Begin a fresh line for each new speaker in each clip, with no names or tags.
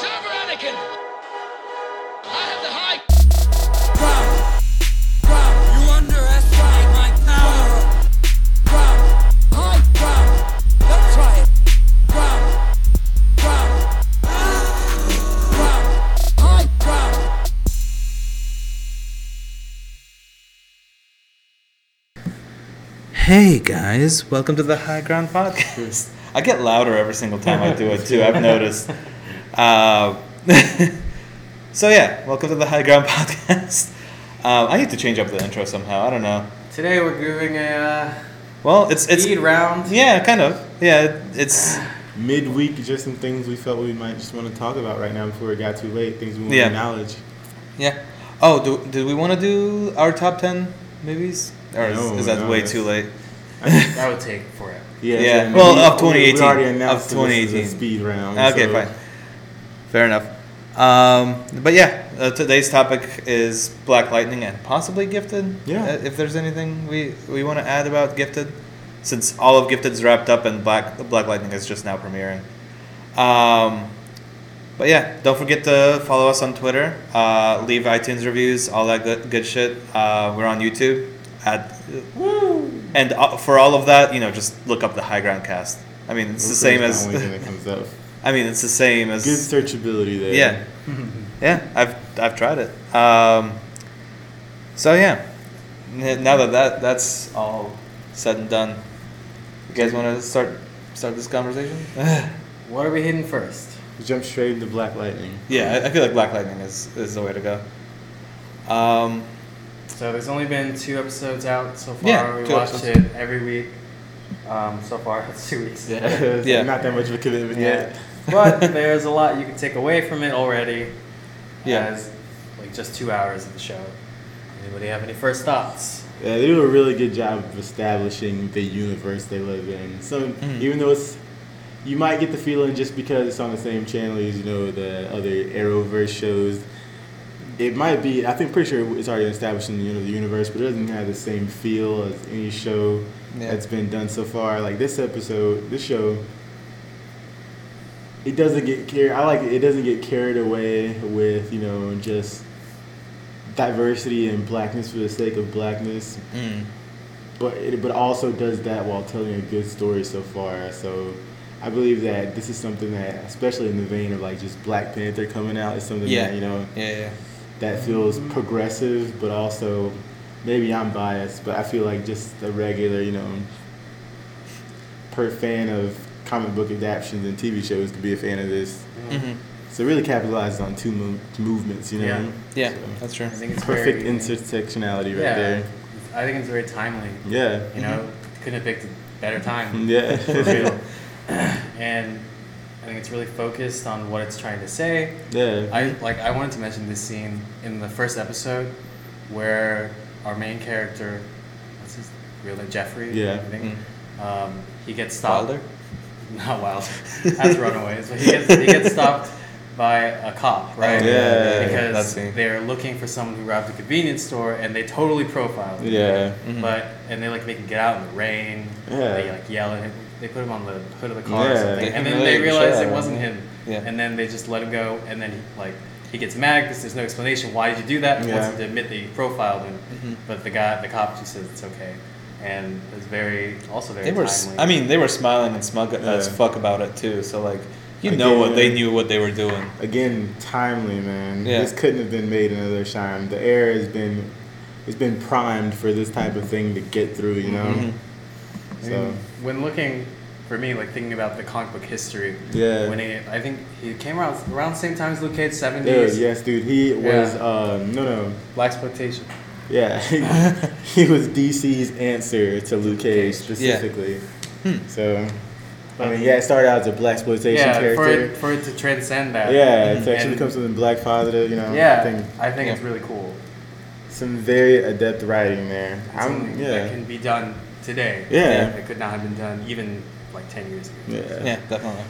can. I have the high.
Rob, Rob, you underestimate my power. Rob, hi, Rob, that's right. Rob, Rob, Rob, hi, Rob.
Hey guys, welcome to the High Ground Podcast. I get louder every single time I do it too. I've noticed. Uh, so yeah, welcome to the High Ground Podcast. Um, I need to change up the intro somehow. I don't know.
Today we're doing a
Well, it's
uh,
it's
speed round.
yeah, kind of yeah. it- It's
midweek just some things we felt we might just want to talk about right now before it got too late things we want
Yeah.
to acknowledge
yeah. Oh, do do we want to do our top ten movies, or is,
No,
is that
no,
way
that's-
too late?
That would take forever.
yeah,
Yeah.
so
Well,
we-
of 2018.
we already
Of
announced that this is a
2018.
speed round
Okay,
so-
fine. Fair enough. Um, but yeah, uh, today's topic is Black Lightning and possibly Gifted.
Yeah.
Uh, if there's anything we, we want to add about Gifted, since all of Gifted's wrapped up and Black Black Lightning is just now premiering. Um, but yeah, don't forget to follow us on Twitter, uh, leave iTunes reviews, all that good, good shit. Uh, we're on YouTube. At, And uh, for all of that, you know, just look up the High Ground Cast. I mean, it's
We'll
the
see
same
the
as.
only thing that comes up.
I mean, it's the same as
good searchability there
yeah, yeah. I've I've tried it. Um, so yeah, N- now that, that that's all said and done, you guys want to start start this conversation?
What are we hitting first?
jump straight into black lightning
yeah, I, I feel like Black Lightning is is the way to go. Um,
So there's only been two episodes out so far.
Yeah,
we
two
watched
episodes.
it every week. Um, so far, it's two weeks.
It's
Yeah.
not that much of a commitment
Yeah.
yet
but there's a lot you can take away from it already.
Yeah.
As, like just two hours of the show. Anybody have any first thoughts?
Yeah, they do a really good job of establishing the universe they live in. So
Mhm.
even though it's, you might get the feeling just because it's on the same channel as you know the other Arrowverse shows, it might be. I think pretty sure it's already established in the uni- the universe, but it doesn't have the same feel as any show
Yeah.
that's been done so far. Like this episode, this show. It doesn't get carried. I like it. It doesn't get carried away with you know just diversity and blackness for the sake of blackness,
mm,
but it, but also does that while telling a good story so far. So I believe that this is something that, especially in the vein of like just Black Panther coming out, is something
Yeah.
that you know
yeah, yeah,
that feels progressive, but also maybe I'm biased, but I feel like just a regular you know per fan of comic book adaptions and TV shows could be a fan of this.
hmm
So it really capitalizes on two mo- movements, you know.
Yeah.
yeah.
So-
That's true.
I think it's
perfect
very,
intersectionality right
Yeah.
there. Mm-hmm.
I think it's very timely.
Yeah.
You know, couldn't have picked a better time. for
Yeah.
real. and I think it's really focused on what it's trying to say.
yeah.
I like I wanted to mention this scene in the first episode where our main character, what's his real name, Jeffrey?
Yeah. Hmm.
I think. Um, he gets stopped.
Wilder.
Not Wilder. That's Runaways. But he gets he gets stopped by a cop, right?
Oh, yeah, yeah, yeah, that
Because
scene.
they're looking for someone who robbed a convenience store, and they totally profiled. him.
Yeah.
Mhm.
But and they like make him get out in the rain.
Yeah.
They like yell at him. They put him on the hood of the car or
Yeah.
something.
They
And then they
humiliated the
realize
shit out
it
of
wasn't
him.
him.
Yeah.
And then they just let him go. And then he, like he gets mad because there's no explanation. Why did you do that? He wants
Yeah. Mm-hmm.
him to admit that you profiled him.
Mhm.
But the guy, the cop, just says it's okay. And it's very also very.
They were. s-
Timely.
I mean, they were smiling and smug uh, as
Yeah.
fuck about it too. So like, you
I
know
get
what
it.
they knew what they were doing.
Again, timely, man.
Yeah.
This couldn't have been made another time. The air has been it's been primed for this type of thing to get through, you know.
Mhm.
I
So
mean, when looking for me, like thinking about the comic book history,
Yeah.
when he, I think he came around around the same time as Luke Cage,
Dude,
seventies,
yes, dude. He was
Yeah.
um no no.
black exploitation.
Yeah. he was DC's answer to Luke Cage specifically. So I mean, yeah, it started out as a black exploitation
Hmm. Yeah, for
character.
it, for it to transcend that.
yeah, it actually
And-
becomes something black positive, you know.
yeah,
I think
it's really cool.
some very adept writing there.
It's
I'm,
something that
yeah.
can be done today.
Yeah.
that could not have been done even like ten years ago.
yeah.
Yeah, definitely.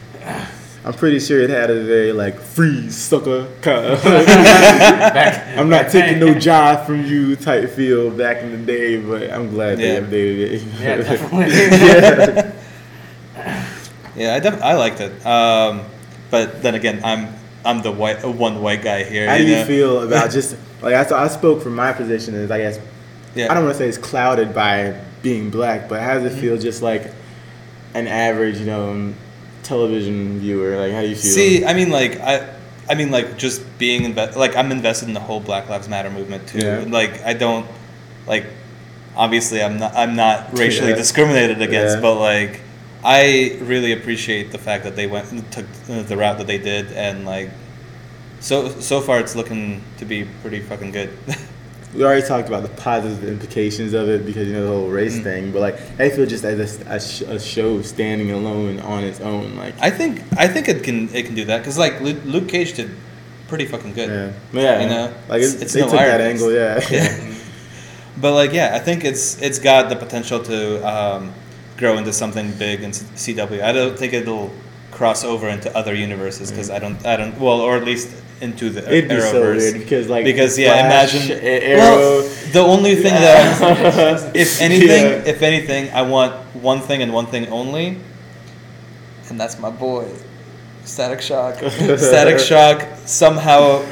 I'm pretty sure it had a very like freeze sucker kind of
Back,
I'm not
back
taking
then.
no job from you type feel back in the day, but I'm glad
Yeah.
they updated it.
Yeah, definitely.
yeah.
Yeah, I, def- I liked it. Um, but then again, I'm I'm the white uh, one white guy here.
How do
you
you
know?
feel about just like I, I spoke from my position is I guess
Yeah. Mm-hmm.
I don't want to say it's clouded by being black, but how does it feel just like an average you know television viewer? Like how do you feel?
See, I mean, like I, I mean, like just being inve- like I'm invested in the whole Black Lives Matter movement too.
Yeah.
Like I don't, like, obviously I'm not I'm not racially
Yeah.
discriminated against,
Yeah.
but like I really appreciate the fact that they went and took uh, the route that they did, and like, so so far it's looking to be pretty fucking good.
we already talked about the positive implications of it because you know the whole race
Mm.
thing, but like I feel just as a, as sh- a show standing alone on its own, like
I think I think it can it can do that because like Lu- Luke Cage did pretty fucking good.
yeah, yeah,
You know,
like
it's-
it,
it's
they
no
took that
irony.
angle, yeah.
Yeah. but like, yeah, I think it's it's got the potential to um, grow into something big in C- CW. I don't think it'll cross over into other universes because I don't, I don't, well, or at least into the
It'd be so
Arrowverse.
weird because like
because yeah,
Flash,
imagine
A- Arrow.
Well, the only thing that I'm- if anything, if anything, I want one thing and one thing only, and that's my boy, Static Shock. Static Shock somehow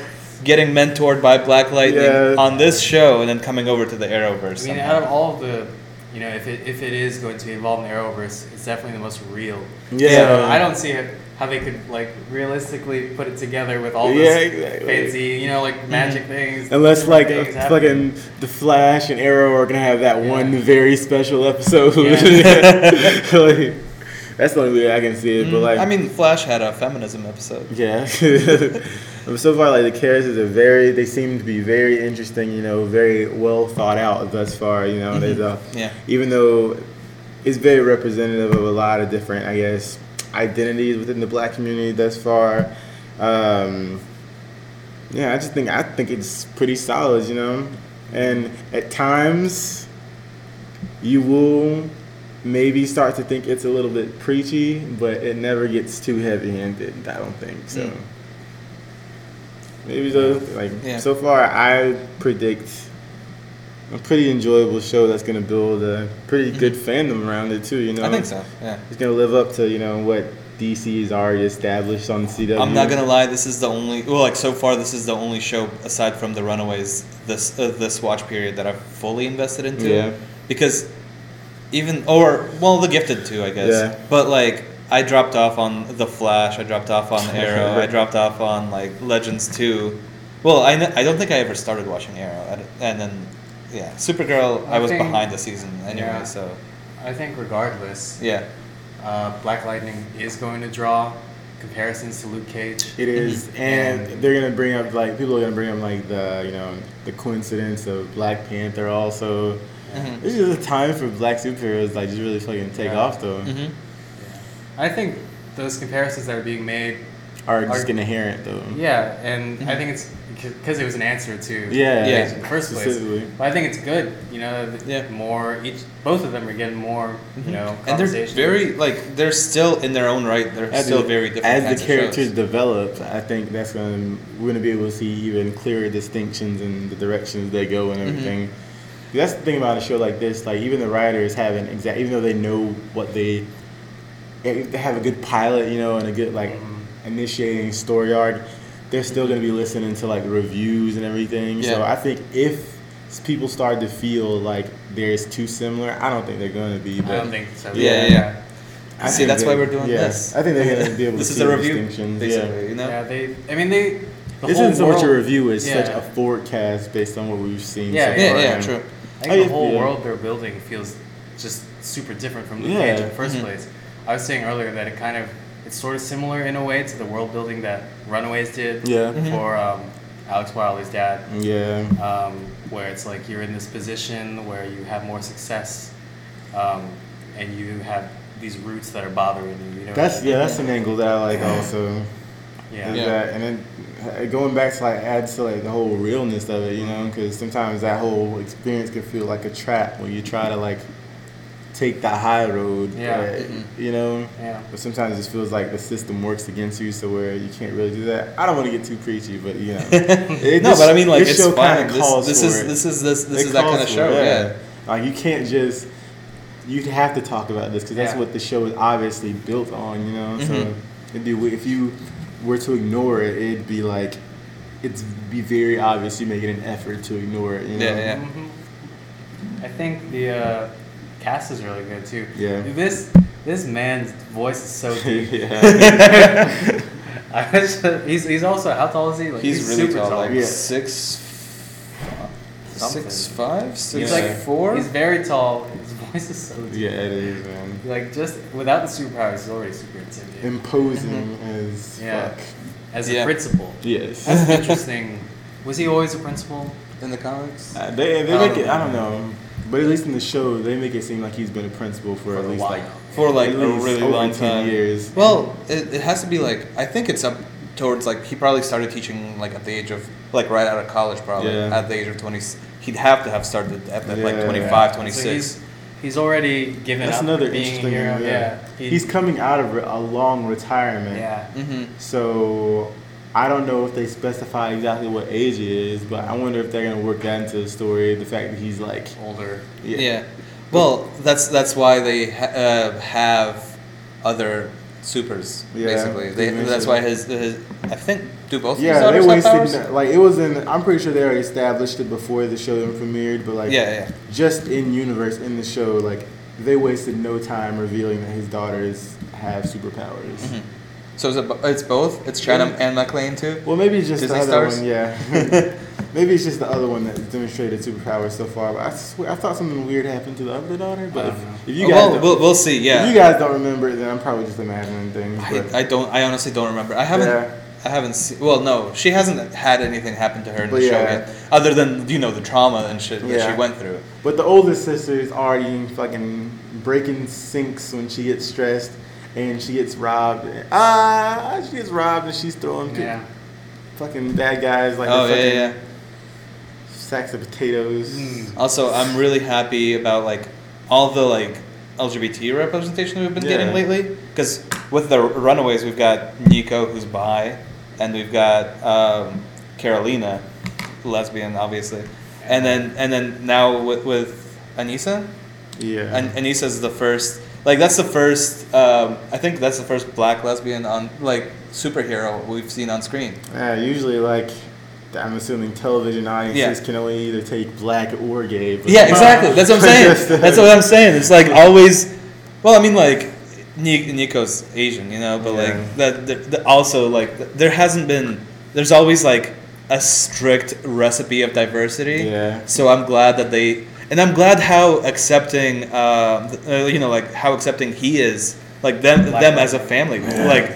getting mentored by Black Lightning
Yeah.
on this show, and then coming over to the Arrowverse.
I mean,
somehow.
out of all of the, you know, if it, if it is going to involve an Arrowverse, it's definitely the most real. So
Yeah.
I don't see it, how they could like realistically put it together with all
Yeah,
this
exactly.
fancy, you know, like magic things.
Unless like
things
uh,
happen.
fucking the Flash and Arrow are gonna have that
Yeah.
one very special episode.
Yeah. Mm,
Like, that's the only way I can see it. But like,
I mean, Flash had a feminism episode.
yeah. But so far, like the characters are very. They seem to be very interesting. You know, very well thought out thus far. You know, there's a
Mm-hmm.
Yeah.
even though it's very representative of a lot of different, I guess, identities within the black community thus far. Um, yeah, I just think I think it's pretty solid, you know. And at times, you will maybe start to think it's a little bit preachy, but it never gets too heavy-handed. I don't think so.
Mm.
Maybe so. Like
Yeah.
so far, I predict a pretty enjoyable show that's going to build a pretty good fandom around it too. You know,
Mm-hmm. I think so. Yeah.
It's going to live up to you know what DC's already established on CW.
I'm not gonna lie. This is the only well, like so far, this is the only show aside from The Runaways this uh, this watch period that I've fully invested into.
Yeah.
Because even or well, The Gifted too, I guess.
Yeah.
But like, I dropped off on The Flash. I dropped off on Arrow. I dropped off on like Legends too. Well, I kn- I don't think I ever started watching Arrow, I d- and then yeah, Supergirl. I,
I
was
think-
behind the season anyway,
Yeah.
so
I think regardless,
yeah.
uh, Black Lightning is going to draw comparisons to Luke Cage.
It is, and they're gonna bring up like people are gonna bring up like the you know the coincidence of Black Panther also.
Mhm.
This is a time for black superheroes like just really fucking
Mm-hmm. Yeah.
take
Mm-hmm.
off though.
hmm
I think those comparisons that are being made,
Are just
Are-
gonna hear it though.
yeah, and I think it's because it was an answer to
Mm-hmm. Yeah.
Yeah.
in the first place.
Specifically.
But I think it's good, you know. that
Yeah.
More each, both of them are getting more,
Mm-hmm.
you know,
And they're
conversation.
very like they're still in their own right. They're
As
still
the,
very different.
as
kinds
the
of
characters
shows.
develop, I think that's gonna we're gonna be able to see even clearer distinctions in the directions they go
Mm-hmm.
and everything. That's the thing about a show like this. Like even the writers haven't exact, even though they know what they eh, they have a good pilot, you know, and a good like
Mm-hmm.
initiating story arc. They're still gonna be listening to like reviews and everything. So
Yeah.
I think if s- people start to feel like there's too similar, I don't think they're gonna be.
I
But
don't think so.
Yeah, yeah.
I
See,
think
that's why
they-
we're doing
yeah,
this.
I think they're gonna be able
this
to
is
see
a
the
review,
distinctions.
basically.
Yeah.
You know,
Yeah, they. I mean, they. The
This
whole
isn't so much a
world-
review; it's such
Yeah.
a forecast based on what we've seen.
Yeah,
so
yeah,
far.
yeah,
And
true.
I
I-
think the whole
yeah.
world they're building feels just super different from the
Yeah. Mm-hmm.
page in the 1st
Mhm.
place. I was saying earlier that it kind of it's sort of similar in a way to the world building that Runaways did
Yeah. Mhm.
for um, Alex Wiley's dad,
Yeah,
um, where it's like you're in this position where you have more success, um, and you have these roots that are bothering you. you know,
that's yeah, that's an angle that I like also.
yeah.
is
Yeah.
that- and then uh, going back to like adds to like the whole realness of it, you know, because sometimes that whole experience can feel like a trap when you try to like take the high road.
Yeah.
but,
Mm-hmm.
you know.
Yeah.
But sometimes it feels like the system works against you, so where you can't really do that. I don't want to get too preachy, but you know. It
no,
just-
but I mean, like
this
it's
show
fine.
kinda
This,
calls
this
for
is
it.
this is this this
It
is that kind of
calls
show.
for it,
Yeah.
Like you can't just you have to talk about this because that's
Yeah.
Mm-hmm.
what the show is obviously built on, you know. So it'd be we- if you were to ignore it, it'd be like, it'd be very obvious you making an effort to ignore it. You know?
Yeah, yeah.
Mm-hmm. I think the uh, cast is really good too.
Yeah.
This this man's voice is so deep.
yeah.
I was just- he's, he's also how tall is he? Like,
He's, really
super
tall, like
Yeah.
six,
Something.
six five, six
he's
Yeah.
like
four.
He's very tall. His voice is so deep.
Yeah, it is, man.
Like just without the superpowers, he's already super intimidating.
Imposing
Mm-hmm.
as
Yeah.
fuck.
As
Yeah.
a principal,
Yes.
that's interesting. Was he always a principal?
in the comics.
Uh, they they
I
make
don't
it. I don't know, but at least in the show, they make it seem like he's been a principal for,
For
at
a
least
while.
like
For like
at
a
least
really
over
long
10
time.
years.
Well, it, it has to be like I think it's up towards like he probably started teaching like at the age of like right out of college probably
Yeah.
at the age of twenty. He'd have to have started at like
Yeah.
25,
So
26.
he's, he's already given
That's
up
another
being
interesting.
a hero.
yeah.
Yeah. He-
he's coming out of re- a long retirement.
yeah.
mm-hmm.
So I don't know if they specify exactly what age he is, but I wonder if they're gonna work that into the story. The fact that he's like
Mm-hmm.
older.
Yeah. Well, that's that's why they ha- uh, have other supers
Yeah,
basically. They,
they
that's
mentioned.
why his, his I think do both. of his
Yeah, they
daughters have powers?
wasted like it was in. I'm pretty sure they already established it before the show even premiered, but like
Yeah, yeah.
just in universe in the show, like they wasted no time revealing that his daughters have superpowers.
So is it, bo- it's both. It's Chatham and McLean too.
Well, maybe it's just
Disney
the other
stars?
one. Yeah, maybe it's just the other one that demonstrated superpowers so far. But I swear, I thought something weird happened to the other daughter. But
don't know.
if, if you
Oh,
guys,
well,
don't,
we'll, we'll see. Yeah.
if you guys don't remember, then I'm probably just imagining things. But
I, I don't. I honestly don't remember. I haven't.
Yeah.
I haven't seen. Well, no, she hasn't had anything happen to her in
But
the
yeah.
show yet, other than you know the trauma and shit that
Yeah.
she went through.
But the older sister is already fucking breaking sinks when she gets stressed and she gets robbed. Ah, she gets robbed and she's throwing pe-
Yeah.
fucking bad guys like
oh
they're
yeah,
fucking
yeah, Hmm.
sacks of potatoes.
Mm.
yeah. Also, I'm really happy about like all the like LGBT representation we've been
Yeah.
getting lately. Because with the Runaways, we've got Nico who's bi, and we've got um, Carolina, lesbian, obviously, and then and then now with with Anissa.
Yeah.
An- Anissa's the first. Like that's the first. Um, I think that's the first black lesbian on like superhero we've seen on screen.
Yeah, usually like I'm assuming television audiences
Yeah.
can only either take black or gay. But
Yeah, exactly. That's what I'm
Just, uh,
saying. That's what I'm saying. It's like always. Well, I mean, like Ni- Nico's Asian, you know, but
Yeah.
like that. that- that also, like th- there hasn't been. There's always like a strict recipe of diversity.
Yeah.
So I'm glad that they, and I'm glad how accepting, uh, th- uh, you know, like how accepting he is, like them,
Black
them
man.
as a family, like,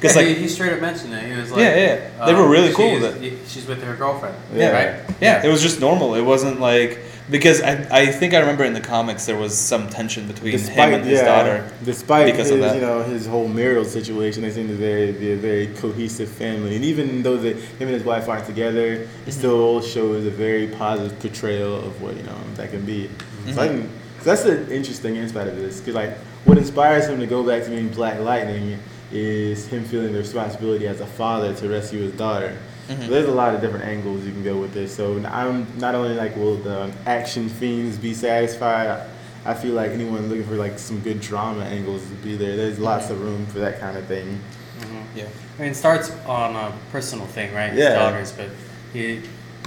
because
Yeah,
like
he, he straight up mentioned it. He was like, um,
Yeah, yeah. They were really cool
she's-
with
he- She's with her girlfriend,
Yeah.
right?
Yeah, it was just normal. It wasn't like because I, I think I remember in the comics there was some tension between him and his daughter.
Despite
because of
his,
that.
you know, his whole marital situation, they seem to very be a very cohesive family. And even though the, him and his wife aren't together,
Mm-hmm.
it still shows a very positive portrayal of what you know that can be. So
Mm-hmm.
I think so that's the interesting insight of this, because like what inspires him to go back to being Black Lightning is him feeling the responsibility as a father to rescue his daughter.
Mm-hmm.
So there's a lot of different angles you can go with this. So I'm not only like, will the action fiends be satisfied? I feel like anyone looking for like some good drama angles to be there. There's lots of room for that kind of thing.
Yeah,
Mm-hmm. I mean, it starts on a personal thing, right?
Yeah.
His daughters, but he,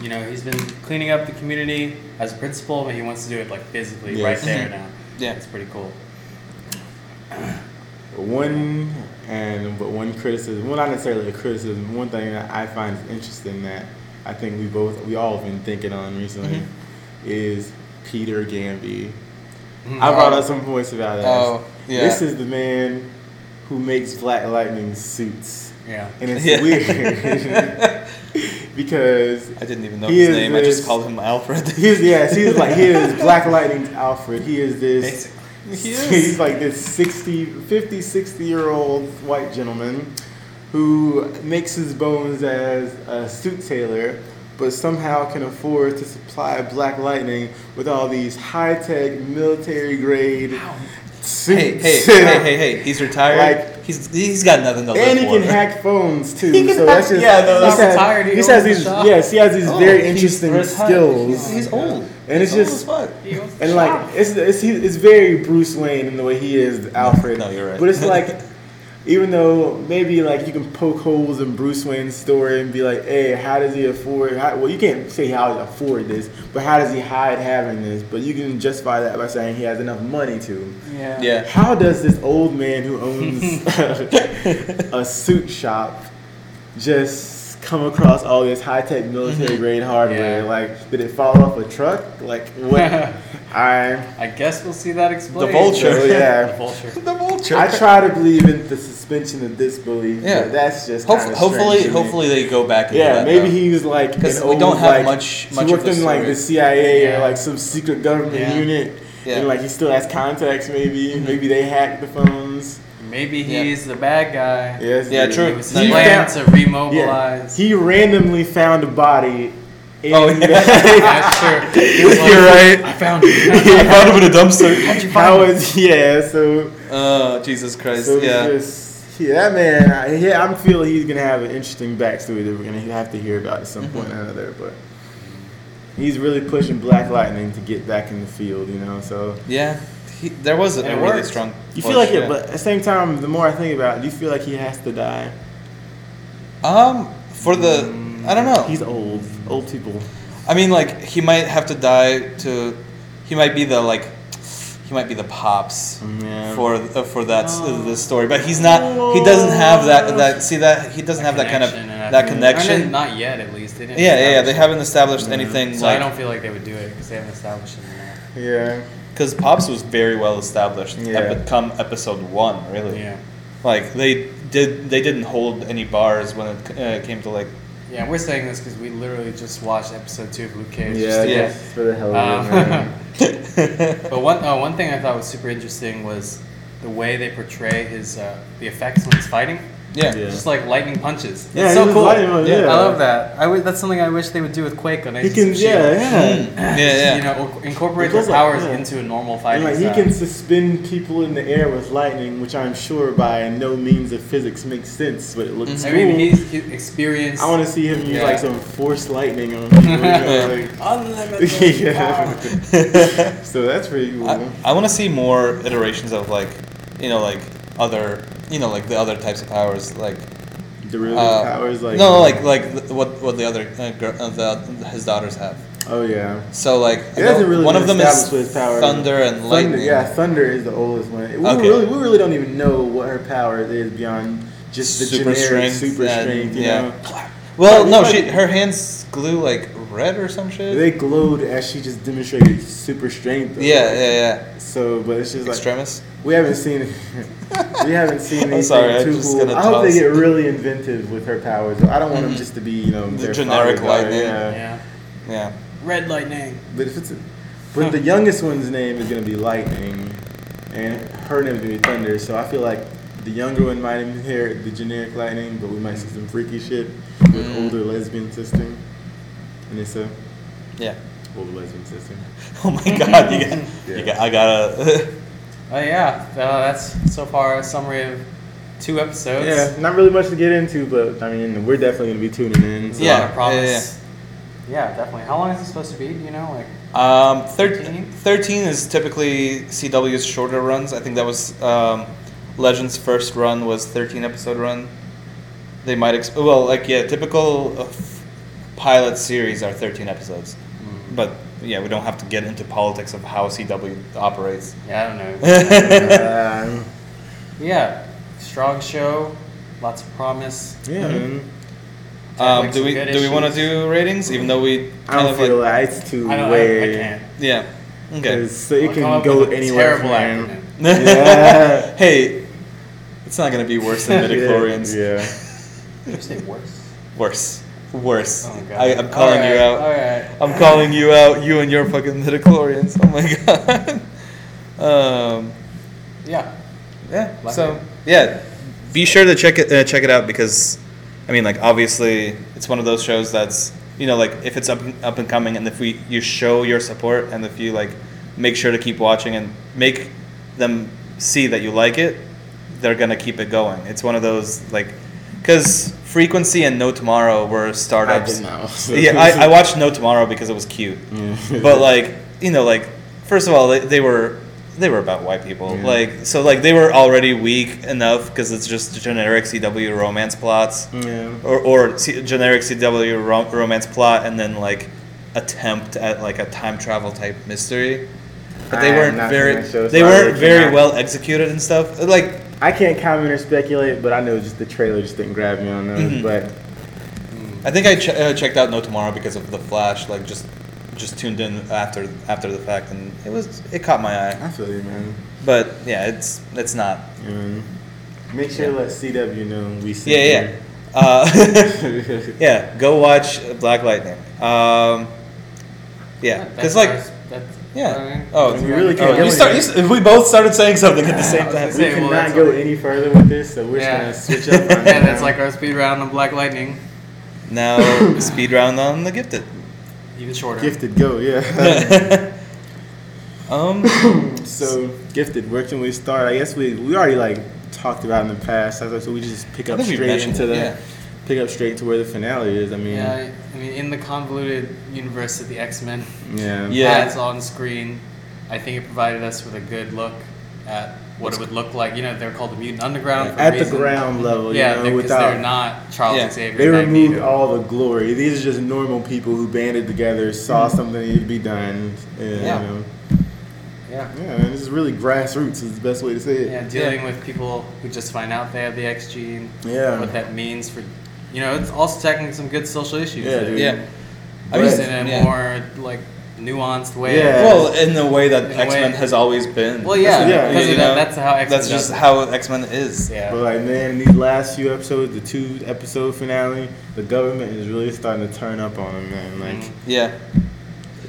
you know, he's been cleaning up the community as a principal, but he wants to do it like physically
Yes.
right there now.
Mm-hmm. Yeah.
it's pretty cool.
One and but one criticism, well not necessarily a criticism. One thing that I find is interesting that I think we both we all have been thinking on recently
Mm-hmm.
is Peter Gamby. I brought up some points about that.
Oh, yeah.
This is the man who makes Black Lightning suits,
Yeah,
and it's
Yeah.
weird because
I didn't even know
He
his
is
name. I just
this-
called him Alfred.
He's yes, he's like he is Black Lightning's Alfred. He is this
basically.
He is.
he's like this 60, 50, 60 year old white gentleman who makes his bones as a suit tailor, but somehow can afford to supply Black Lightning with all these high tech military grade
hey,
suits.
hey, hey, hey, hey! He's retired.
Like-
he's he's got nothing to live
And he
for.
can hack phones too.
He can
so that's
hack-
just
yeah, no,
he
that's
has-
retired, he
He
owns
has
the
these
shop.
yes, he has these
Oh,
very
he's
interesting
retired.
skills.
He's, he's old,
And it's
He's old
just-
as fuck.
He owns the
And
shop.
like it's it's he- it's very Bruce Wayne in the way he is Alfred.
No, you're right.
But it's like even though maybe like you can poke holes in Bruce Wayne's story and be like, hey, how does he afford? How, well, you can't say how he afford this, but how does he hide having this? But you can justify that by saying he has enough money to.
Yeah.
Yeah.
How does this old man who owns a suit shop just come across all this high tech
Mm-hmm.
military grade hardware?
Yeah.
Like, did it fall off a truck? Like, what? I
I guess we'll see that explained.
vulture.
so,
The
Oh, yeah.
vulture.
The vulture.
I try to believe in the suspension of disbelief.
Yeah.
but that's just
Hope-
kinda
hopefully,
strange to me.
hopefully they go back. And do
Yeah,
that,
maybe
though.
he was like
'Cause
an
we
old,
don't have
like-
much- much
He
of
worked
the
in like
story.
the CIA
Yeah.
or like some secret government
Yeah.
unit,
Yeah. Mm-hmm.
and like he still has contacts. Maybe maybe they hacked the phones.
Maybe
Yeah.
he's the bad guy.
Yes,
Yeah,
dude.
true.
It was
He
his plan to
Yeah,
remobilize.
he randomly found a body. In
Oh, yeah.
That's true. He was like,
You're right.
I found him.
I found him in a dumpster.
How'd you
How
find him?
was yeah? So
Oh, Jesus Christ.
so
yeah.
it's just yeah, that man. I, yeah, I'm feeling he's gonna have an interesting backstory that we're gonna have to hear about at some
Mm-hmm.
point or another. But he's really pushing Black Lightning to get back in the field, you know. So.
yeah. He, there was a
And it
really
worked.
strong.
You
push,
feel like
yeah.
it, but at the same time, the more I think about it, do you feel like he has to die?
um, for the I don't know.
He's old. Old people.
I mean, like he might have to die to. He might be the like. He might be the pops
Yeah.
for uh, for that s
Oh.
the story, but he's not. He doesn't have that that see that he doesn't have that kind of
Connection, and I
that
think-
connection.
Not not yet, at least. They didn't
Yeah, yeah, yeah. They
establish
haven't established anything
it. So I
like
don't feel like they would do it because they haven't established it. yet.
Yeah.
because pops was very well established.
Yeah.
epi- come episode one, really.
Yeah.
Like they did. They didn't hold any bars when it c- uh, came to like.
Yeah, and we're saying this because we literally just watched episode two of Luke Cage. just
Yeah,
to
yeah. Uh,
just for the hell of it.
Um,
man.
but one uh, one thing I thought was super interesting was the way they portray his uh, the effects when he's fighting,
Yeah.
Yeah.
just like lightning punches.
Yeah,
it's
he
so
was
cool.
lightning punch,
I
yeah.
love that. I w- that's something I wish they would do with Quake on
He
Agents
can,
of
yeah,
S.H.I.E.L.D..
yeah.
Yeah, yeah.
You know, or- incorporate
It
those
goes like
powers
that.
into a normal
And
fighting.
like he
uh,
style.
can suspend people in the air with lightning, which I'm sure by no means of physics makes sense, but it looks
Mm-hmm.
I mean,
cool.
he's, he's experienced.
I want to see him use
Yeah.
like some force lightning on people. you know, like-
unlimited.
yeah. so that's pretty cool.
I, I want to see more iterations of like, you know, like other, you know, like the other types of powers, like
Derivative
uh,
powers like
no, like like th- what what the other uh, girl, uh, the, his daughters have.
oh yeah.
So like I
It
know
hasn't really
one
been
of them is
established what his power is.
thunder and lightning.
Thunder, yeah, thunder is the oldest one. We
Okay.
really, we really don't even know what her power is beyond just the
super
generic
strength.
super
and-
strength. You
yeah.
know,
Well,
Yeah,
no,
it's
she
like-
her hands glue like red or some shit.
they glowed as she just demonstrated super strength. though.
yeah, yeah, yeah.
So, but it's just like
Extremis.
we haven't seen, we haven't seen
I'm
anything
sorry, I'm
too
just
cool.
gonna
I hope they
toss.
get really inventive with her powers. I don't want them just to be you know
The
their
generic
father,
lightning.
Yeah.
Yeah.
Yeah.
Red lightning.
But if it's, a, but the youngest one's name is gonna be Lightning, and her name is gonna be Thunder. So I feel like the younger one might inherit the generic Lightning, but we might see some freaky shit with older lesbian sister, Anissa,
Yeah.
older lesbian sister.
Oh my god, you got, you got I gotta
Oh yeah, uh, that's so far a summary of two episodes.
Yeah, not really much to get into, but I mean we're definitely gonna be tuning in.
It's
So
a
Yeah,
lot of promise. Yeah, definitely. How long is it supposed to be? Do you know, like
Um, thir-
13?
13 is typically CW's shorter runs. I think that was um, Legends' first run was 13 episode run. They might exp- well like yeah, typical uh, f- pilot series are 13 episodes,
Mm-hmm.
but yeah, we don't have to get into politics of how CW operates.
yeah, I don't know.
um,
Mm-hmm.
yeah, strong show, lots of promise.
yeah, man.
Um,
Like
do
some
we
good
do we want to
issues.
do ratings even though we
I
kind
don't
of
feel
like
like it's too
I don't. I, I
way.
can't.
yeah okay
'cause So it
I'll come
can
up
go
with a
anywhere.
Terrible
man.
acronym.
Yeah.
hey it's not gonna be worse than midichlorians
Yeah. yeah.
Did you say worse?
worse worse
Oh, God.
I, I'm calling you
Alright,
out
Alright.
I'm calling you out, you and your fucking midichlorians. Oh my god. Um,
Yeah.
yeah.
Love
so
it.
yeah, be sure to check it uh, check it out because, I mean, like obviously it's one of those shows that's you know like if it's up up and coming and if we you show your support and if you like make sure to keep watching and make them see that you like it, they're gonna keep it going. It's one of those like because frequency and no tomorrow were startups. yeah, I, I watched No Tomorrow because it was cute.
Yeah.
But like, you know, like first of all, they, they were they were about white people.
Yeah.
Like so, like they were already weak enough because it's just generic CW romance plots,
Yeah.
or or C- generic CW rom- romance plot, and then like attempt at like a time travel type mystery. But they
I am
weren't
not
very
seeing that show,
they
sorry,
weren't
I
very
cannot.
well executed and stuff. Like
I can't comment or speculate, but I know just the trailer just didn't grab me on those.
Mhm.
But
I think I ch- uh, checked out No Tomorrow because of the Flash. Like just just tuned in after after the fact, and it was it caught my eye.
I feel you, man.
But yeah, it's it's not.
Um, make sure to let CW know we see.
Yeah, yeah. Uh, Yeah, go watch Black Lightning. Um, yeah,
That's
because
why
like,
I was- that's-
yeah.
uh,
Oh,
We really
okay.
oh,
can't go
you
anywhere.
start, you, s- we both started saying something at the same
I was gonna
time.
we
say, well,
cannot
that's
go
like-
any further with this, so we're
Yeah.
just gonna switch up. on uh,
yeah,
that.
that's like our speed round on Black Lightning.
Now speed round on the gifted.
Even shorter.
gifted. Go, yeah.
um,
so gifted. Where can we start? I guess we we already like talked about in the past. I thought- so we just pick up
think we
straight
mentioned
into
it,
the
yeah.
pick up straight to where the finale is. I mean,
Yeah, I mean, in the convoluted universe of the X Men,
yeah.
Yeah.
it's on screen. I think it provided us with a good look at what it would look like. You know, they're called the Mutant Underground. for a
At the
reason.
ground level, you
Yeah,
know,
because
without
they're not Charles
Yeah.
Xavier.
They
and
removed
Magneto.
all the glory. These are just normal people who banded together, saw something that needed to be done. And,
Yeah.
You know,
Yeah.
yeah, and this is really grassroots is the best way to say it.
Yeah, dealing with people who just find out they have the X gene.
Yeah.
What that means for, you know, it's also tackling some good social issues.
Yeah,
there,
dude.
yeah. I
But
mean,
in a
yeah.
more like nuanced way.
Yeah.
well, in the way that
In a
X Men
way-
has always been.
Well, yeah,
Yeah.
because
You
of that,
know?
that's how X
That's just how X Men is.
Yeah.
But like man, in these last few episodes, the two episode finale, the government is really starting to turn up on them, man. Like
Mhm.
Yeah.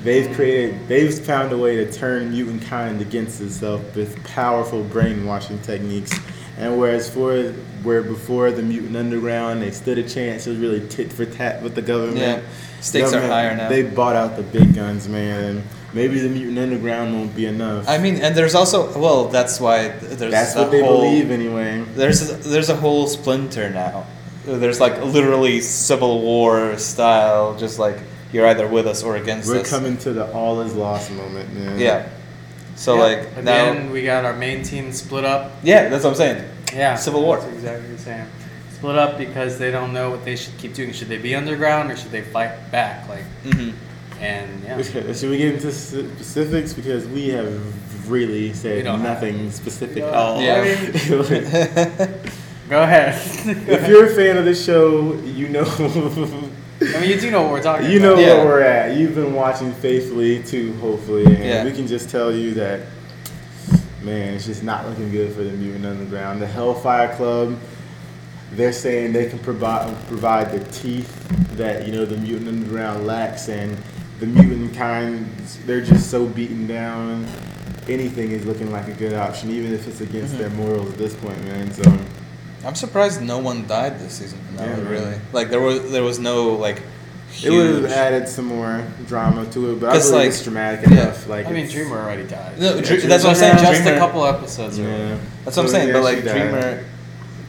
they've created, they've found a way to turn mutant kind against itself with powerful brainwashing techniques. And whereas for where before the mutant underground, they stood a chance, it was really tit for tat with the government.
Yeah. Stakes are
Government,
higher now.
They bought out the big guns, man. Maybe the mutant underground won't be enough.
I mean, and there's also well, that's why th- there's
That's
that
what they
whole,
believe anyway.
There's a, there's a whole splinter now. There's like literally civil war style, just like you're either with us or against
We're
us.
coming to the all is lost moment, man.
Yeah. So
Yeah.
like
at
now,
the end, we got our main team split up.
yeah, that's what I'm saying.
Yeah,
Civil War.
That's exactly the same. Split up because they don't know what they should keep doing. Should they be underground or should they fight back? Like,
hmm
and yeah,
Okay, should we get into s- specifics because we have really
We
said
don't have.
nothing specific at
No.
all.
Yeah.
if
go ahead.
you're a fan of the show, you know
I mean, you do know what we're talking.
you know
about.
Yeah.
where we're at. You've been watching faithfully too, hopefully, and
Yeah.
we can just tell you that man, it's just not looking good for the mutant underground. The Hellfire Club, they're saying they can provide provide the teeth that you know the mutant underground lacks, and the mutant kind they're just so beaten down. Anything is looking like a good option, even if it's against
Mm-hmm.
their morals at this point, man. So
I'm surprised no one died this season. No,
Yeah, man.
really. Like there was there was no like
it would
huge.
have added some more drama to it, but I
'Cause,
believe
like-
it's dramatic
yeah.
enough. Like
I mean,
it's-
Dreamer already died.
no,
Yeah,
Dre- that's what I'm saying. Just
Dreamer-
just a
Dreamer-
couple episodes. earlier.
Yeah.
that's what I'm
So,
saying.
yeah,
but
she
like
died.
Dreamer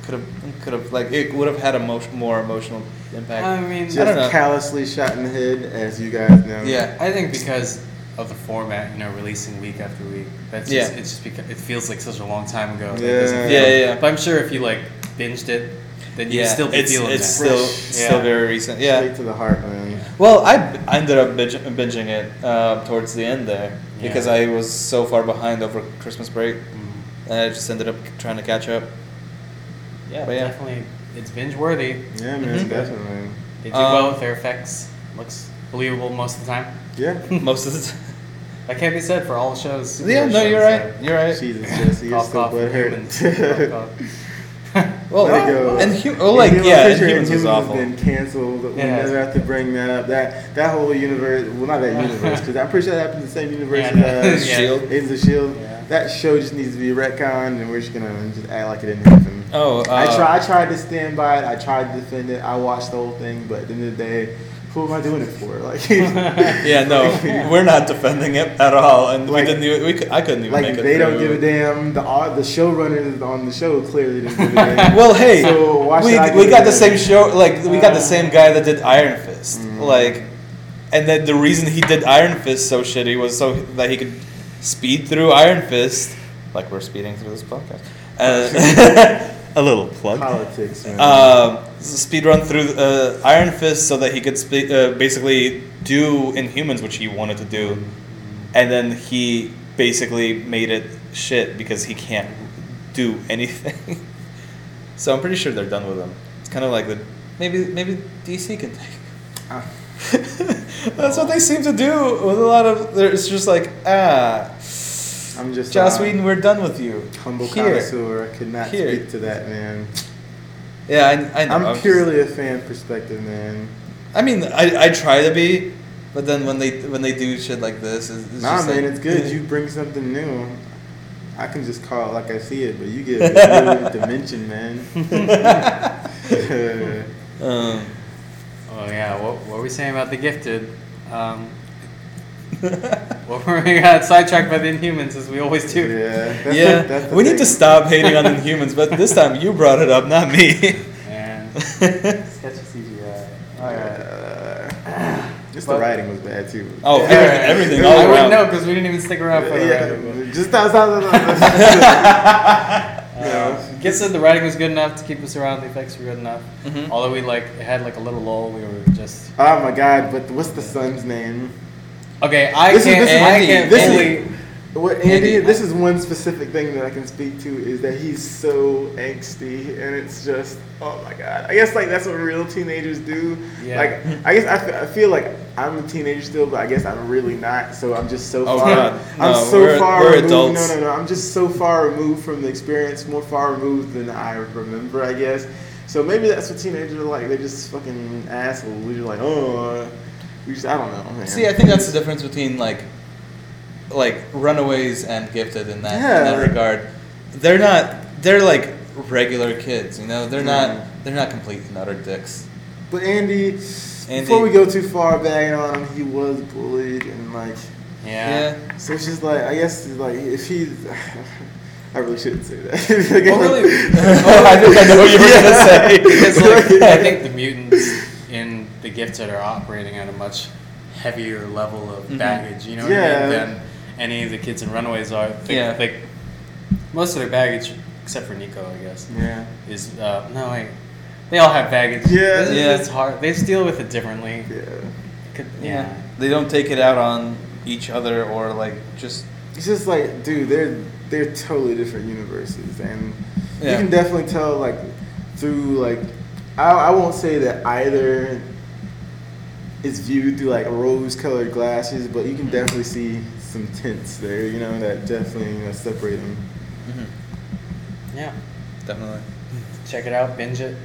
could have could have like it would have had a mo- more emotional impact.
I mean,
just
I don't know.
callously shot in the head, as you guys know.
yeah.
I think because of the format, you know, releasing week after week, that's just,
Yeah.
it's just because it feels like such a long time ago. that it
Yeah.
doesn't
Yeah,
feel-
yeah, yeah.
But I'm sure if you like binged it, then you would still be
it's,
feeling
it's
that.
still
Fresh.
it's still
Yeah.
very recent. Yeah.
Straight to the heart, man.
Well, I b- I ended up binge- binging it uh, towards the end there
Yeah.
because I was so far behind over Christmas break,
Mm-hmm.
and I just ended up trying to catch up.
Yeah,
But yeah.
definitely, it's binge worthy.
Yeah, man,
Mhm.
definitely.
They do
Um,
well with their effects. Looks believable most of the time.
Yeah.
Most of the time.
That can't be said for all shows.
Yeah,
superhero
no, you're
shows,
right. You're right.
Jesus, Jesse,
so-
you're
Cough,
still
cough, humans.
butthurt.
Cough, cough.
Well,
Let it go.
and hu- oh, like
Human
yeah, and
Picture
humans was
Humans
awful.
has been canceled. We
Yeah.
never have to bring that up. That that whole universe, well, not that universe, because I'm pretty sure that happened in the same universe.
Yeah, no.
as, uh,
Yeah.
Shield.
Agents of Shield.
Yeah.
That show just needs to be retconned, and we're just gonna just act like it didn't happen.
Oh, uh,
I tried. I tried to stand by it. I tried to defend it. I watched the whole thing, but at the end of the day, who am I doing it for? Like,
Yeah, no, we're not defending it at all, and
Like-
we didn't. Even, we could, I couldn't even
like
make it.
they don't
through.
give a damn. The au- the showrunners on the show clearly didn't give a damn.
Well, hey,
So why
we,
should I
we
give
got
it Uh.
the
a-
same show. Like we got the same guy that did Iron
Mm.
Fist. Like, and then the reason he did Iron Fist so shitty was so that he could speed through Iron Fist, like we're speeding through this podcast. Uh, a little plug.
Politics, man.
Um, speed run through uh, Iron Fist so that he could spe- uh, basically do Inhumans, which he wanted to do, and then he basically made it shit because he can't do anything. so I'm pretty sure they're done with him. It's kind of like the maybe maybe DC can take.
Ah.
That's what they seem to do with a lot of. they're- It's just like ah,
I'm just
Joss
uh,
Whedon, we're done with you.
humble
Here.
connoisseur. I could not
Here.
speak to that, man.
Yeah, I, I know.
I'm
was-
purely a fan perspective, man.
I mean, I, I try to be, but then when they when they do shit like this, it's, it's
Nah,
just
man,
like, eh.
it's good. You bring something new. I can just call it like I see it, but you give it a new dimension, man.
Um,
Oh yeah, what, what were we saying about the gifted? Um, what were we got sidetracked by the Inhumans as we always do.
Yeah. that's the-
yeah,
that's the
we need to
thing.
stop hating on Inhumans, but this time you brought it up, not me.
And sketchy CGI. All right.
Uh, just
But-
the writing was bad too.
oh, everything, everything Oh. all
I
around.
wouldn't know because we didn't even stick around for the writing.
yeah. Just stop, stop, stop, stop.
Uh, Git said the writing was good enough to keep us around. The effects were good enough.
Mm-hmm.
Mhm.
Although we like had like a little lull, we were just
oh my god! But what's the son's name?
okay. I
This is-
can't.
this is
I
Andy.
can't
This is-
fully.
What Andy, this is one specific thing that I can speak to is that he's so angsty, and it's just oh my god. I guess like that's what real teenagers do.
Yeah.
Like I guess I fe- I feel like I'm a teenager still, but I guess I'm really not. So I'm just so
Oh,
far.
God.
I'm
No,
so
we're-
far
we're
removed.
adults.
No, no, no. I'm just so far removed from the experience, more far removed than I remember. I guess. So maybe that's what teenagers are like. They're just fucking assholes. We're just like oh, we just I don't know. Man.
See, I think that's the difference between like, like Runaways and Gifted in that in
Yeah.
that regard. They're not. They're like regular kids, you know. They're
Mhm.
not. They're not complete and utter dicks.
But Andy,
Andy-
before we go too far back on him, he was bullied and like,
Yeah.
so it's just like I guess like if he, I really shouldn't say that. Like,
Oh, really?
I think I know what you were gonna say.
Because like, I think the mutants in the gifted are operating at a much heavier level of
Mhm.
baggage, you know what I
Yeah.
mean, than any of the kids in Runaways are. Like,
Yeah.
like most of their baggage, except for Nico, I guess,
Yeah.
is uh, no wait. They all have baggage.
Yeah.
It's,
Yeah.
it's hard. They just deal with it differently.
Yeah.
Could- yeah.
They don't take it out on each other or like just
It's just like, dude, they're they're totally different universes, and you
Yeah.
can definitely tell like through like I, I won't say that either is viewed through like rose-colored glasses, but you can definitely see some tints there, you know, that definitely you know, separate them.
Yeah.
Mm-hmm. definitely.
Check it out. Binge it.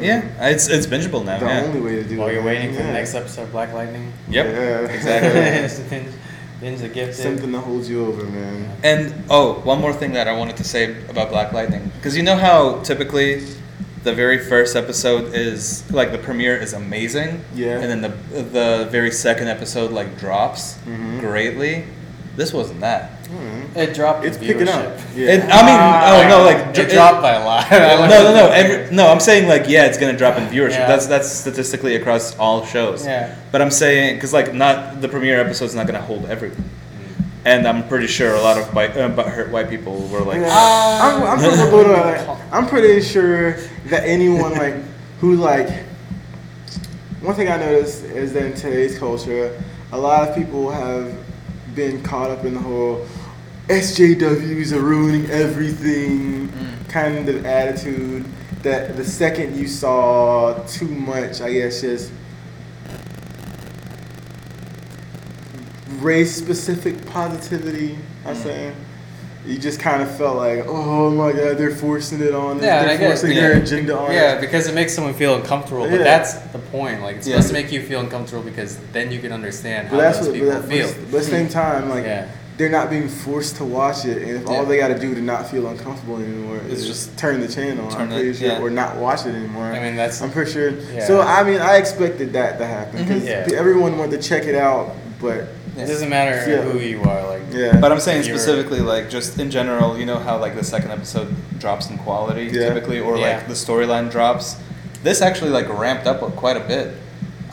Yeah, it's it's bingeable now.
Mm. The
yeah.
only way to do
While
it.
you're waiting for the
yeah.
next episode of Black Lightning.
Yep.
Yeah.
Exactly.
binge, binge the gifted.
Something to hold you over, man.
And oh, one more thing that I wanted to say about Black Lightning, because you know how typically the very first episode is like the premiere is amazing,
Yeah.
and then the the very second episode like drops
Mhm.
greatly. This wasn't that.
Mm.
It dropped.
It's
in
picking up.
viewership.
Yeah.
It, I mean, oh no, like
Ah, it
it-
dropped by a lot.
no, no, no. Every, no, I'm saying like yeah, it's gonna drop in viewership.
Yeah.
That's that's statistically across all shows.
Yeah.
But I'm saying because like not the premiere episode's not gonna hold everything,
Mm.
and I'm pretty sure a lot of white, uh, butthurt white people were like,
Yeah. I'm, I'm, pretty sure, like, I'm pretty sure that anyone like who like one thing I noticed is that in today's culture, a lot of people have been caught up in the whole SJWs are ruining everything kind of attitude. That the second you saw too much, I guess just race specific positivity. I'm
Mm.
saying you just kind of felt like, oh my god, they're forcing it on us.
Yeah, and I
they're
guess-
forcing
yeah.
their agenda on
Yeah,
us.
because it makes someone feel uncomfortable. But
Yeah.
that's the point. Like it's
Yeah.
supposed to make you feel uncomfortable because then you can understand
But
how
that's
those
what. But,
people
that, but,
feel.
s- but at the same time, like
Yeah.
they're not being forced to watch it, and if all
Yeah.
they got to do to not feel uncomfortable anymore
It's
is
just
just turn the channel,
turn
I'm
it-
pretty sure,
yeah.
or not watch it anymore.
I mean, that's-
I'm pretty sure.
Yeah. Mm-hmm.
So I mean, I expected that to happen because
Yeah.
everyone wanted to check it out, but
It doesn't matter
Yeah.
who you are. Like
yeah.
But I'm saying
You're-
specifically, like just in general, you know how like the second episode drops in quality
Yeah.
typically, or
Yeah.
like the storyline drops. This actually like ramped up quite a bit,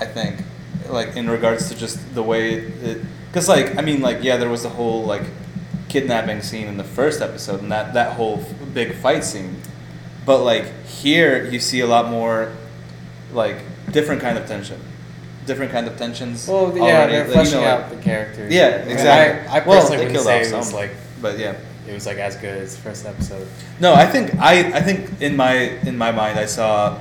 I think, like in regards to just the way it. Because like I mean like yeah, there was the whole like kidnapping scene in the first episode and that, that whole f- big fight scene. But like here, you see a lot more, like different kind of tension, different kind of tensions.
Well, yeah,
already,
they're
like,
fleshing
you know,
out
like-
the characters.
yeah,
And
exactly.
I, I
well,
personally
they
wouldn't
killed
say
off
it was
some,
like-
but yeah.
It was like as good as the first episode.
No, I think I, I think in my in my mind I saw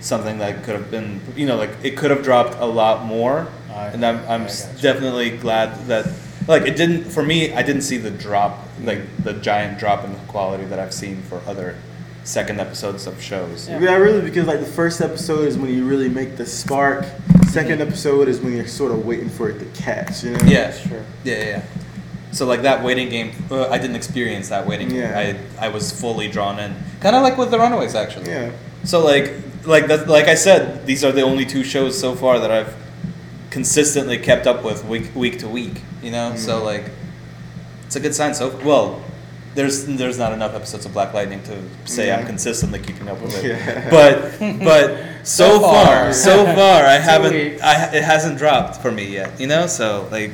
something that could have been you know like it could have dropped a lot more,
I-
and I'm I'm
I
s-
gotcha.
definitely glad that like it didn't for me I didn't see the drop like the giant drop in quality that I've seen for other second episodes of shows.
Yeah.
Yeah, really, because like the first episode is when you really make the spark. Second episode is when you're sort of waiting for it to catch. You know?
Yeah,
Sure.
Yeah, yeah. yeah. So like that waiting game, uh, I didn't experience that waiting
Yeah.
game. I I was fully drawn in, kind of like with the Runaways actually.
Yeah.
So like like that like I said, these are the only two shows so far that I've consistently kept up with week week to week. You know, so like it's a good sign. So well, there's there's not enough episodes of Black Lightning to say I'm
Yeah.
consistently keeping up with it.
Yeah.
But but so,
So
far,
far.
so far I
Two
haven't
weeks.
I it hasn't dropped for me yet. You know, so like.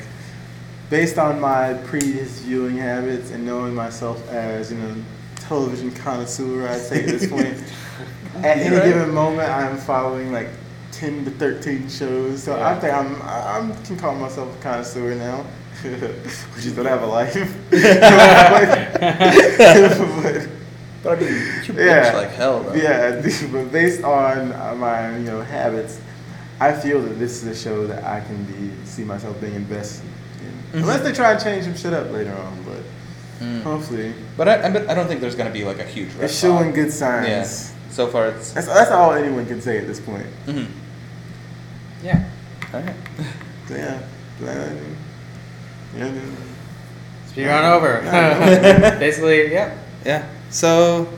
Based on my previous viewing habits and knowing myself as you know television connoisseur, I say at this point, at any
You're right.
given moment, I'm following like ten to thirteen shows. So I think I'm I- I'm can call myself a connoisseur now. Which is don't have a life. But-
But I mean, you
Yeah.
bitch like hell, though.
Yeah, but based on uh, my you know habits, I feel that this is a show that I can be see myself being invested in.
Mhm.
Unless they try and change some shit up later on, but
Mm.
hopefully
But I, I, bet- I don't think there's gonna be like a huge. red
it's showing
flag.
good signs.
Yeah. So far, it's.
That's that's all anyone can say at this point.
Mhm.
Yeah.
All right.
So, yeah. Yeah, yeah, yeah.
Speed run over. Basically, yeah.
Yeah. So,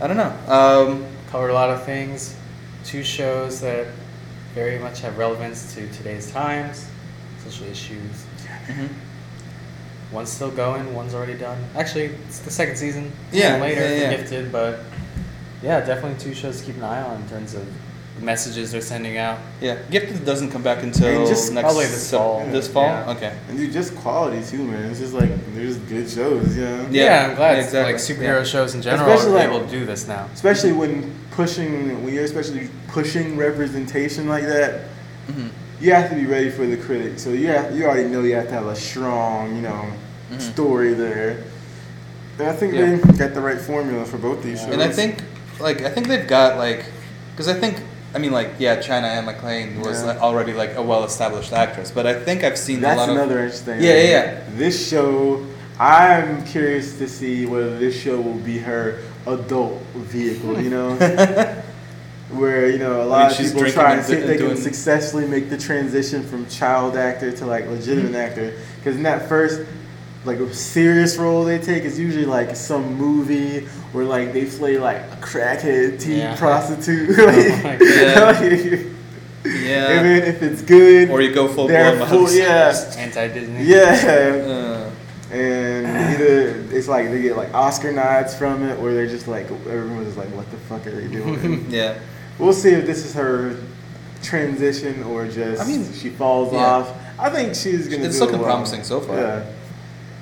I don't know. Um,
Covered a lot of things. Two shows that very much have relevance to today's times, social issues.
mhm.
One's still going, one's already done. Actually, it's the second season.
Yeah,
later
yeah,
for
yeah.
Gifted, but yeah, definitely two shows to keep an eye on in terms of the messages they're sending out.
Yeah. Gifted doesn't come back until
And just
next.
probably this
se-
fall.
This fall.
Yeah.
Okay.
And dude, just quality too, man. It's just like there's good shows, you know.
Yeah,
Yeah, I'm glad
yeah, exactly,
like superhero
yeah.
shows in general
Especially,
are
like-
able to do this now.
Especially when pushing, when you're especially pushing representation like that,
Mhm.
you have to be ready for the critic. So you have, you already know you have to have a strong, you know,
Mhm.
story there. And I think
Yeah.
they got the right formula for both these shows.
And I think, like, I think they've got like, because I think, I mean, like, yeah, China Anne McLean was
Yeah.
like, already like a well-established actress, but I think I've seen a
that's
lot of.
another interesting.
Yeah,
thing.
yeah, yeah.
This show, I'm curious to see whether this show will be her adult vehicle. You know. Where you know a lot
she's
of people
drinking
try
and
and see if
d-
they can
doing-
successfully make the transition from child actor to like legitimate
Mm-hmm.
actor. Because in that first like serious role they take is usually like some movie where like they play like a crackhead teen
Yeah.
prostitute.
my
Oh God. Yeah.
Like- And then if it's good,
Or you go full
they're
blown
full- yeah.
Anti Disney.
Yeah.
Uh,
And either it's like they get like Oscar nods from it, or they're just like everyone's just like, "What the fuck are they doing?"
yeah.
we'll see if this is her transition or just
I mean,
she falls
yeah.
off. I think she's gonna.
It's
do
looking
well.
promising so far.
Yeah.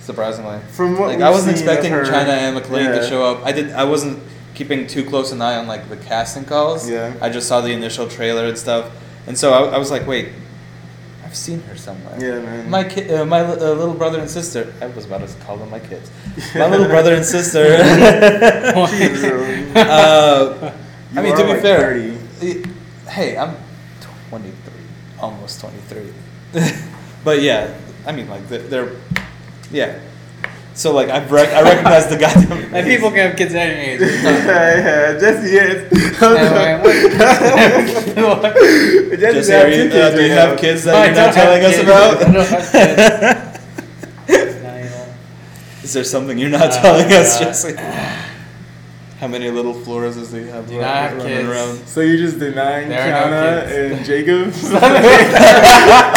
Surprisingly.
From what
like
we've
I wasn't
seen of
expecting
her-
China and McLean
yeah.
to show up. I did. I wasn't keeping too close an eye on like the casting calls.
Yeah.
I just saw the initial trailer and stuff, and so I, I was like, wait, I've seen her somewhere.
Yeah, man.
My ki- uh, my li- uh, little brother and sister. I was about to call them my kids. My little brother and sister.
She's, um,
uh, I mean,
you
to
are,
be
like,
fair,
30.
it- hey, I'm 23, almost 23. but yeah, I mean, like they're, they're yeah. So like I rec- I recognize the goddamn.
And people can have kids at any age.
yeah, yeah, Jesse, yes.
Anyway, what-
Jesse,
Just
have
are you,
two
uh,
kids
do you
right
have
now.
kids
I
that you're
don't
not telling
have
us
kids. I don't have
about?
Not even-
is there something you're not
Uh,
telling us,
uh,
Jesse? How many little Flores does he have
Do not have
running
kids.
around?
So you're just denying
There are no
Kiana
kids.
and Jacob?
What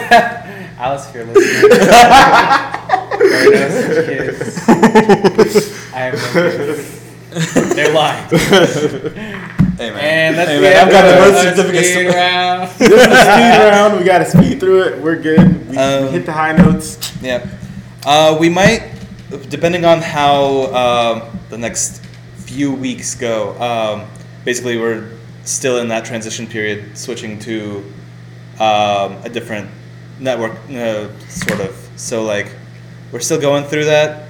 the? Alice, if you're listening. Those kids. I have no kids. They're lying.
Hey man,
And that's
hey,
the
man, I've got the
end
birth
of
certificate.
speed
still-
round.
this is a speed round. We gotta speed through it. We're good. We
Um,
hit the high notes.
Yeah. Uh, we might, depending on how um, the next few weeks go. Um, basically, we're still in that transition period, switching to um, a different network, uh, sort of. So like, we're still going through that.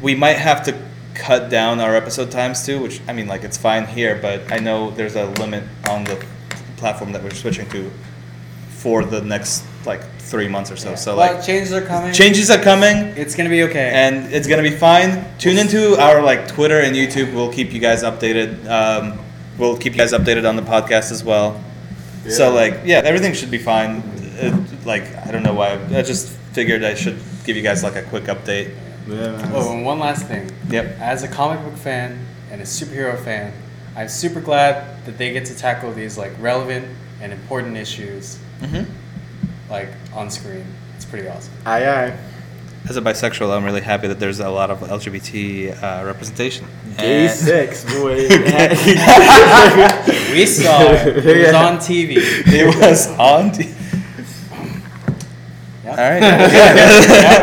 We might have to cut down our episode times too, which I mean, like it's fine here, but I know there's a limit on the platform that we're switching to for the next like three months or so. So
well,
like,
uh, changes are coming.
changes are coming
It's gonna be okay.
and it's gonna be fine. Tune into our like Twitter and YouTube. We'll keep you guys updated. Um, we'll keep you guys updated on the podcast as well. So
Yeah.
like, yeah, everything should be fine. Uh like, I don't know why. I just figured I should give you guys like a quick update.
Yeah, man.
oh, and one last thing.
Yep.
As a comic book fan and a superhero fan, I'm super glad that they get to tackle these like relevant and important issues
Mm-hmm.
like on screen. It's pretty awesome.
Aye, aye.
As a bisexual, I'm really happy that there's a lot of LGBT uh, representation.
Gay
And-
sex, boy.
We saw it. It was on TV.
It was on. T-
Yeah.
All right.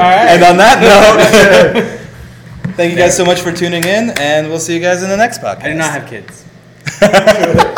all right.
And on that note, thank you guys so much for tuning in, and we'll see you guys in the next podcast.
I do not have kids.
have.